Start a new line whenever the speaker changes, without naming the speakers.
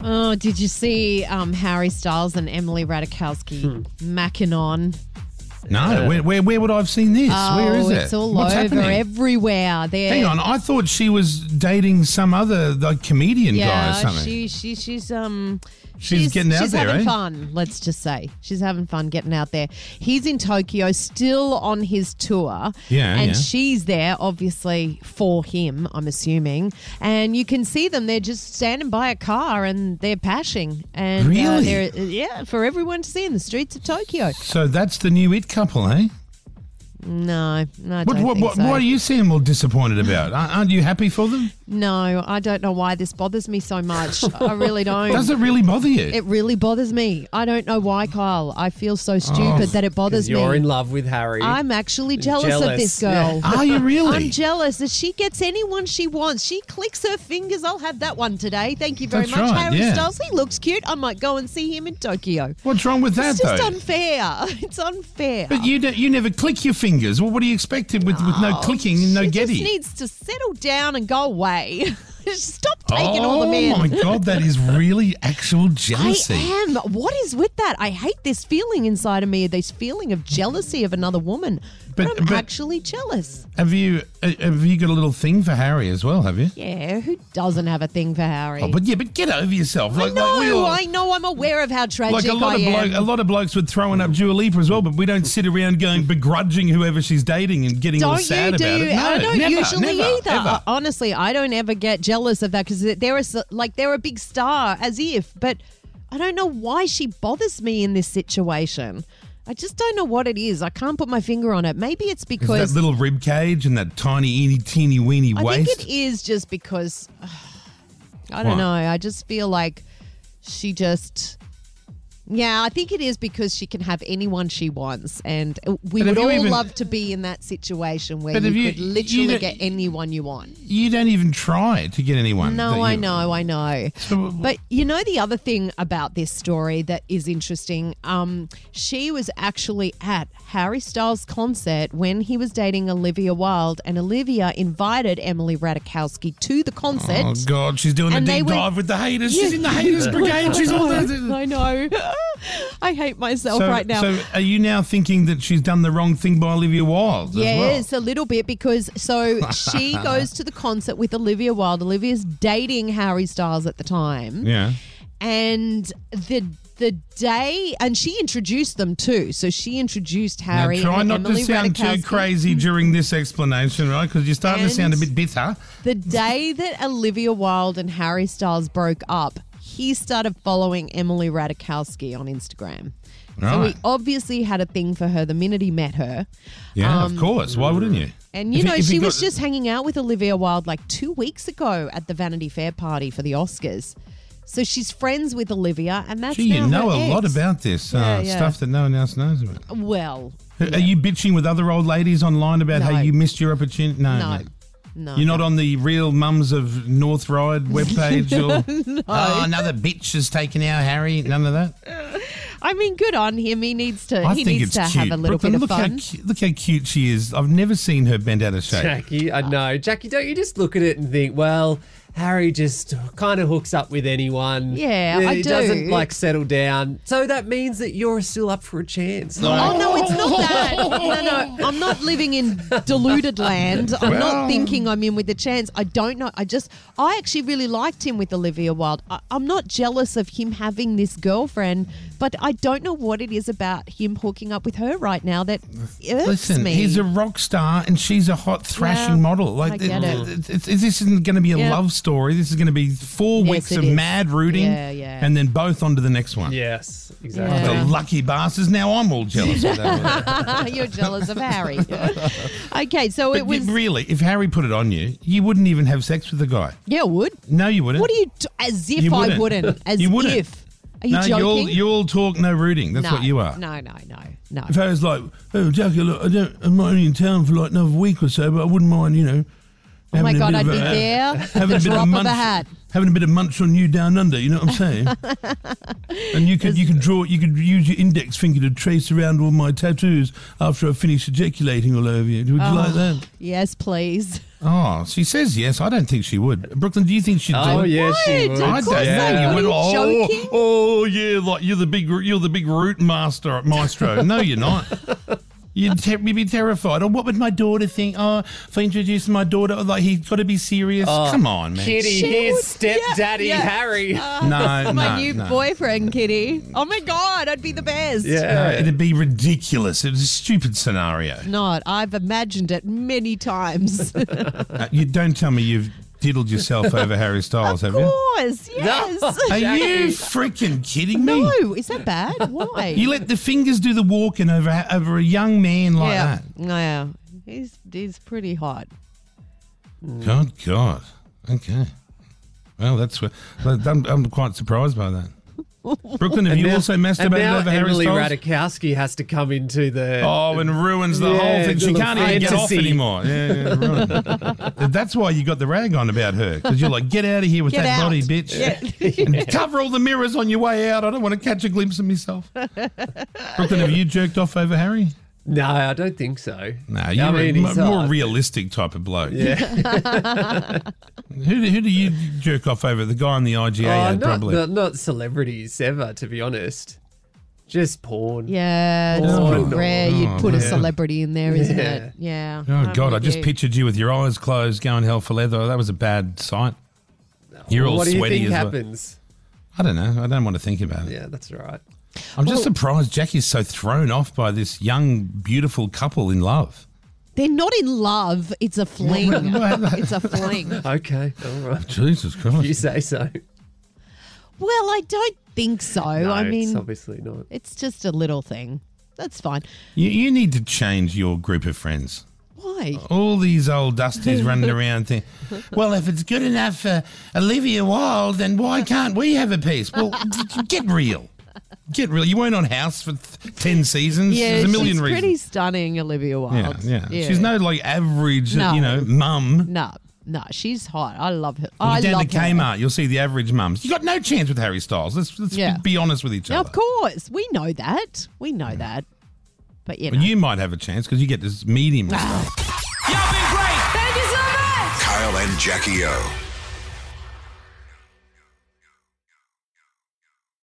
Oh, did you see um, Harry Styles and Emily Radikowski
Hmm.
macking on?
No, where, where, where would I have seen this? where is
oh,
it?
it's all
What's
over
happening?
everywhere. They're,
Hang on, I thought she was dating some other like comedian
yeah,
guy or something.
she she she's um
She's getting out
she's
there,
having
eh?
fun. Let's just say she's having fun getting out there. He's in Tokyo, still on his tour.
Yeah,
and
yeah.
she's there, obviously for him. I'm assuming, and you can see them. They're just standing by a car and they're pashing, and uh,
Really?
they're- yeah, for everyone to see in the streets of Tokyo.
so that's the new it couple, eh?
No, no, I
What,
don't
what,
think
what,
so.
what are you seeing all disappointed about? Aren't aren't you happy for them?
No, I don't know why this bothers me so much. I really don't.
Does it really bother you?
It really bothers me. I don't know why, Kyle. I feel
Oh,
so stupid that it bothers me.
You're in love with Harry.
I'm actually jealous, of
Jealous.
this girl.
are you really?
I'm jealous that she gets anyone she wants. She clicks her fingers. I'll have that one today. Thank you very
That's
much,
right,
Harry
yeah.
Styles. He looks cute. I might go and see him in Tokyo.
What's wrong with that
It's just
though?
unfair. It's unfair.
but you don't, you never click your fingers. Well, what do you expected with, with no clicking and no
she
getty?
just needs to settle down and go away. Stop taking all the
oh
men.
my god, that is really actual
I
jealousy.
am. What is with that? I hate this feeling inside of me, this feeling of jealousy of another woman. But,
But-
I'm
but-
actually jealous.
Have you uh, have you got a little thing for Harry as well? Have you?
Yeah, who doesn't have a thing for Harry?
Oh, but yeah, but get over yourself. Like,
no,
like we all-
I know. I'm aware of how tragic
like a
I
lot of
am.
bloke, a lot of blokes would throwing up Dua Lipa as well, but we don't sit around going begrudging whoever she's dating and getting all
don't
sad
you? Do
about
you?
it. No,
I don't
never,
usually
never,
either.
ever.
Uh, Honestly, I don't ever get jealous of that because they're a, s- like they're a big star, as if. But I don't know why she bothers me in this situation. I just don't know what it is. I can't put my finger on it. Maybe it's
It's
because
that little rib cage and that tiny, itty, teeny, weeny
I
waist.
think it is just because I don't
What?
know. I just feel like she just. Yeah, I think it is because she can have anyone she wants, and we
But have
would
you
all
even-
love to be in that situation where
But
you,
have you-
could literally
you don't-
get anyone you want.
you don't even try to get anyone. that
No,
you-
I know, I know.
So-
But you know the other thing about this story that is interesting. Um, she was actually at Harry Styles' concert when he was dating Olivia Wilde, and Olivia invited Emily Radikowski to the concert.
Oh God, she's doing
And
the
they
deep
went-
dive with the haters. She's in the haters brigade. She's all there.
I know. I hate myself
So,
right now.
so are you now thinking that she's done the wrong thing by Olivia Wilde?
Yes, a little bit because so she goes to the concert with Olivia Wilde. Olivia's dating Harry Styles at the time.
As well? Yeah.
and the the day and she introduced them too. So she introduced Harry
now try
and
not
Emily
to sound
Ratajkowski.
too crazy during this explanation, right? Because you're starting to sound a bit
And-
bitter.
The day that Olivia Wilde and Harry Styles broke up, he started following Emily Ratajkowski on Instagram. So
Right.
he obviously had a thing for her the minute he met her.
Yeah, of course. Why wouldn't you?
Um, And you
If you-
know,
if you
she
got-
was just hanging out with Olivia Wilde like two weeks ago at the Vanity Fair party for the Oscars. So she's friends with Olivia, and that's
Gee, you
now
know
her
a lot
ex.
about this
Yeah,
uh,
yeah.
stuff that no one else knows about.
Well,
Are you bitching with other old ladies online about
No.
how you missed your opportunity? No,
no,
no.
no.
You're not on the real mums of North Ride webpage or oh, another bitch has taken our Harry. None of that.
I mean, good on him. He needs to.
I
he
think
needs to
it's cute.
have a little
Brooklyn,
bit of
look
fun.
How, cu- look how cute she is. I've never seen her bent out of shape.
Jackie, I know. Jackie, don't you just look at it and think, well, Harry just kind of hooks up with anyone.
Yeah, I
He
do.
doesn't like settle down. So that means that you're still up for a chance.
Oh no, it's not that. No, no, I'm not living in deluded land. I'm
Well-
not thinking I'm in with a chance. I don't know. I just, I actually really liked him with Olivia Wilde. I, I'm not jealous of him having this girlfriend, but I don't know what it is about him hooking up with her right now that irks
Listen,
me.
he's a rock star and she's a hot thrashing
Yeah,
model.
I
Like,
get it.
th- th- th- this isn't going to be a
Yeah.
love story. This is going to be four
Yes,
weeks
it
of
is.
mad rooting,
Yeah, yeah.
and then both onto the next one.
Yes,
The
Yeah.
exactly.
lucky bastards. Now I'm all jealous. of that.
You're jealous of Harry. okay, so
but
it was.
you- really, if Harry put it on you, you wouldn't even have sex with the guy.
yeah, it would.
No, you wouldn't.
What do you? T- as if
You
I
wouldn't.
wouldn't. As
You wouldn't.
if. Are you
no,
joking?
all, you all talk, no rooting. That's
no,
what you are.
No, no, no, no.
If I was like, oh, Jackie, look, I don't, I'm not only in town for like another week or so, but I wouldn't mind, you know.
Oh my
having a
god,
bit
I'd
of
be
a- uh,
there.
having
the
a bit
drop
of
of,
munch-
a hat.
having a bit of munch on you down under. You know what I'm saying? and you could you could draw you could use your index finger to trace around all my tattoos after I finish ejaculating all over you. Would you
Oh.
like that?
Yes, please.
Oh, she says yes. I don't think she would. Brooklyn, do you think she'd?
Oh
do?
yeah, she
Would,
would.
of
I
course
don't
I
think you
would.
would.
Are you
Oh,
joking?
oh, yeah, like you're the big you're the big root master at Maestro. no, you're not. You'd, te- you'd be terrified. Or what would my daughter think? Oh, if I introduced my daughter, oh, like he's got to be serious.
Oh,
Come on, man.
Kitty,
She
here's
would-
stepdaddy
yeah, Uh, yeah.
Harry.
My
No, no,
new
no.
boyfriend, Kitty. Oh my God, I'd be the best.
No,
yeah.
it'd be ridiculous. It was a stupid scenario.
Not. I've imagined it many times. of
Uh, you don't tell me you've diddled yourself over Harry Styles, have you?
course, yes.
Are you
Jackie.
freaking kidding me?
no, is that bad? Why?
You let the fingers do the walking over over a young man like
yeah,
that.
yeah. He's he's pretty hot.
God, God. Okay. Well, that's wh- that- I'm, I'm quite surprised by that. Brooklyn, have you
Now-
also
and
masturbated
now
over
Emily
Harry Styles?
Radikowski has to come into the.
Oh, and ruins the
Yeah,
whole thing.
the
She
little
can't even get off
fantasy.
anymore. Yeah, yeah, ruined it. that's why you got the rag on about her because you're like, get out of here with
Get
that
out.
body, bitch. And cover all the mirrors on your way out. I don't want to catch a glimpse of myself. Brooklyn, have you jerked off over Harry?
No, I don't think so.
No,
I
you're
mean,
a
he's
m- more
hot.
realistic type of bloke.
Yeah.
Who, do- who do you jerk off over? The guy on the IGA,
Oh,
ad,
not,
probably.
not, not celebrities ever, to be honest. Just porn.
Yeah, it's
Oh,
pretty
no.
rare you'd
Oh,
put a
yeah.
celebrity in there, isn't
Yeah.
it? Yeah.
Oh
I'm
God! I
with
just
you.
pictured you with your eyes closed, going hell for leather. That was a bad sight. You're all
what do you
sweaty
think
as well.
happens?
I don't know. I don't want to think about it.
Yeah, that's all right.
I'm just surprised Jackie's so thrown off by this young, beautiful couple in love.
They're not in love. It's a fling.
Well,
it's a fling.
Okay, all right.
Jesus Christ!
You say so.
Well, I don't think so.
No,
I
it's
mean,
obviously not.
it's just a little thing. That's fine.
You, you need to change your group of friends.
Why?
All these old dusties running around. Think, well, if it's good enough for Olivia Wilde, then why can't we have a piece? Well, d- d- get real. Get real. You weren't on House for th- ten seasons.
Yeah,
There's a million
she's
reasons.
pretty stunning, Olivia
Yeah,
Wilde.
yeah, She's no like average,
No.
you know, mum.
No, no, she's hot. I love her.
When
I
you're down
love
to Kmart, you'll see the average mums. You got no chance with Harry Styles. Let's let's
Yeah.
be honest with each
Her.
other.
Of course, we know that. We know that. But you know,
But you might have a chance because you get this medium.
Kyle and Jackie O.